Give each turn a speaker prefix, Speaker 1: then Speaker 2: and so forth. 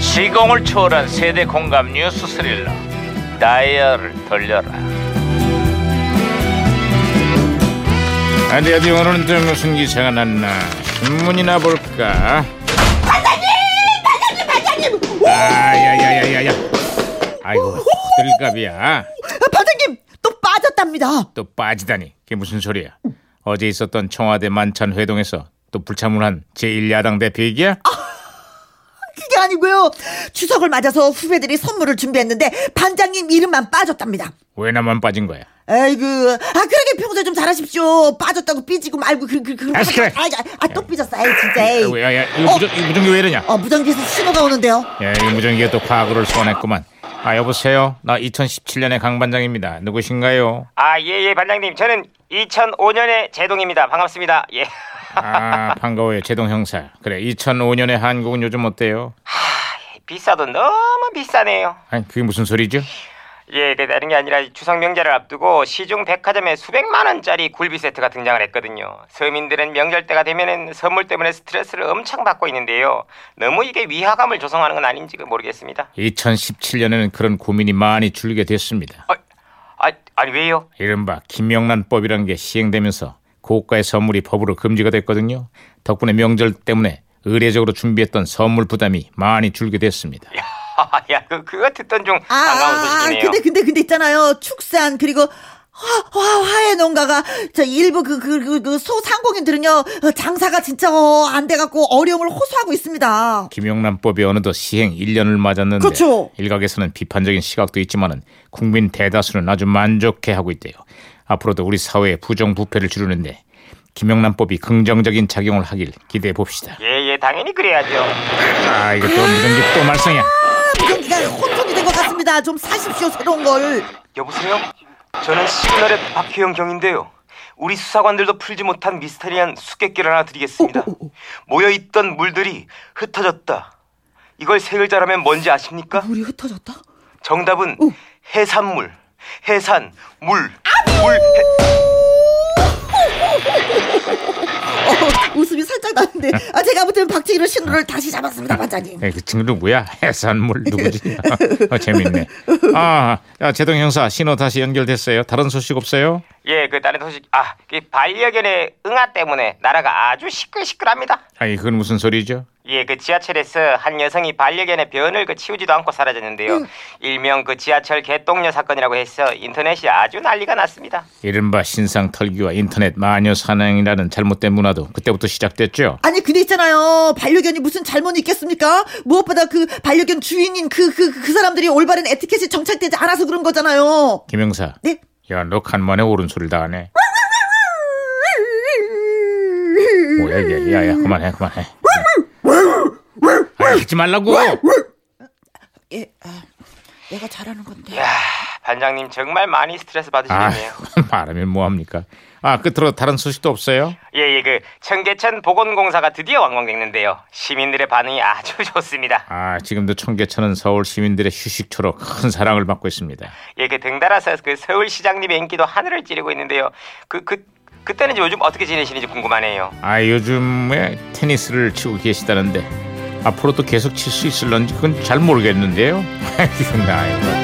Speaker 1: 시공을 초월한 세대 공감 뉴스 스릴러 다이얼을 돌려라 어디 어디 오늘은 또 무슨 기사가 났나 신문이나 볼까
Speaker 2: 반장님!
Speaker 1: 아, 아야야야야야 아이고 호들갑이야
Speaker 2: 아, 반장님! 또 빠졌답니다.
Speaker 1: 또 빠지다니 그게 무슨 소리야 어제 있었던 청와대 만찬 회동에서 또 불참을 한 제1야당 대표 얘기야?
Speaker 2: 그게 아니고요. 추석을 맞아서 후배들이 선물을 준비했는데 반장님 이름만 빠졌답니다.
Speaker 1: 왜 나만 빠진 거야
Speaker 2: 아이고, 아 그러게 평소에 좀 잘하십시오. 빠졌다고 삐지고 말고 그 그 그.
Speaker 1: 아, 시끄러워.
Speaker 2: 아또 삐졌어, 아이 진짜. 에이.
Speaker 1: 아이고, 야야 이거
Speaker 2: 어?
Speaker 1: 무전, 이거 무전기 왜 이러냐
Speaker 2: 어 무전기에서 신호가 오는데요.
Speaker 1: 예, 이 무전기가 또 과거를 소환했구만. 아 여보세요, 나 2017년의 강 반장입니다. 누구신가요?
Speaker 3: 아, 예, 예, 반장님. 저는 2005년의 제동입니다. 반갑습니다. 예.
Speaker 1: 아 반가워요, 제동 형사. 그래, 2005년의 한국은 요즘 어때요?
Speaker 3: 비싸도 너무 비싸네요.
Speaker 1: 아니 그게 무슨 소리죠?
Speaker 3: 예, 그 다른 게 아니라 추석 명절을 앞두고 시중 백화점에 수백만 원짜리 굴비 세트가 등장을 했거든요. 서민들은 명절 때가 되면은 선물 때문에 스트레스를 엄청 받고 있는데요. 너무 이게 위화감을 조성하는 건 아닌지 모르겠습니다.
Speaker 1: 2017년에는 그런 고민이 많이 줄게 됐습니다.
Speaker 3: 아, 아, 아니 왜요?
Speaker 1: 이른바 김영란법이라는 게 시행되면서 고가의 선물이 법으로 금지가 됐거든요. 덕분에 명절 때문에 의례적으로 준비했던 선물 부담이 많이 줄게 됐습니다.
Speaker 3: 야, 그, 그거 듣던 중
Speaker 2: 아,
Speaker 3: 반가운
Speaker 2: 아, 아,
Speaker 3: 소식이네요.
Speaker 2: 근데 근데 근데 있잖아요. 축산 그리고 화, 화 화해 농가가 저 일부 그 그 그 소상공인들은요 어, 장사가 진짜 어, 안 돼갖고 어려움을 호소하고 있습니다.
Speaker 1: 김영란법이 어느덧 시행 1년을 맞았는데
Speaker 2: 그렇죠.
Speaker 1: 일각에서는 비판적인 시각도 있지만은 국민 대다수는 아주 만족해하고 있대요. 앞으로도 우리 사회의 부정부패를 줄이는데 김영란법이 긍정적인 작용을 하길 기대해 봅시다.
Speaker 3: 예, 예, 당연히 그래야죠.
Speaker 1: 아 이거 또 무전기 또 말썽이야.
Speaker 2: 무전기가 혼선이 된 것 같습니다. 좀 사십시오 새로운 걸.
Speaker 3: 여보세요? 저는 시그널의 박혜영 경인데요. 우리 수사관들도 풀지 못한 미스테리한 수께끼를 하나 드리겠습니다. 모여있던 물들이 흩어졌다. 이걸 세 글자라면 뭔지 아십니까?
Speaker 2: 물이 흩어졌다?
Speaker 3: 정답은 해산물, 해산, 물, 물.
Speaker 2: 어, 웃음이 살짝 나는데 아, 제가 아무튼 박치기로 신호를 다시 잡았습니다 반장님.
Speaker 1: 에이, 그 친구 누구야? 해산물
Speaker 2: 예.
Speaker 1: 누구지? 어, 재밌네. 아 야, 제동 형사 신호 다시 연결됐어요. 다른 소식 없어요?
Speaker 3: 예, 그 다른 소식. 아, 이 반려견의 응아 때문에 나라가 아주 시끌시끌합니다.
Speaker 1: 아니 그건 무슨 소리죠?
Speaker 3: 예, 그 지하철에서 한 여성이 반려견의 변을 그 치우지도 않고 사라졌는데요. 일명 그 지하철 개똥녀 사건이라고 해서 인터넷이 아주 난리가 났습니다.
Speaker 1: 이른바 신상 털기와 인터넷 마녀 사냥이라는 잘못된 문화도 그때부터 시작됐죠.
Speaker 2: 아니 근데 있잖아요 반려견이 무슨 잘못이 있겠습니까? 무엇보다 그 반려견 주인인 그 그 그 사람들이 올바른 에티켓이 정착되지 않아서 그런 거잖아요.
Speaker 1: 김영사.
Speaker 2: 네?
Speaker 1: 야, 너 간만에 옳은 소리를 다 하네. 뭐야 이게? 야, 야, 그만해, 그만해. 아, 하지 말라고.
Speaker 2: 예, 아, 내가 잘하는 건데.
Speaker 3: 야, 아, 반장님 정말 많이 스트레스
Speaker 1: 아,
Speaker 3: 받으시겠네요.
Speaker 1: 말하면 뭐 합니까? 아, 끝으로 다른 소식도 없어요?
Speaker 3: 예, 예, 그 청계천 보건공사가 드디어 완공됐는데요. 시민들의 반응이 아주 좋습니다.
Speaker 1: 아, 지금도 청계천은 서울 시민들의 휴식처로 큰 사랑을 받고 있습니다.
Speaker 3: 예, 그 등달아서 그 서울시장님의 인기도 하늘을 찌르고 있는데요. 그, 그, 그때는 이제 요즘 어떻게 지내시는지 궁금하네요.
Speaker 1: 아, 요즘에 테니스를 치고 계시다는데 앞으로도 계속 칠 수 있을런지 그건 잘 모르겠는데요. 나요.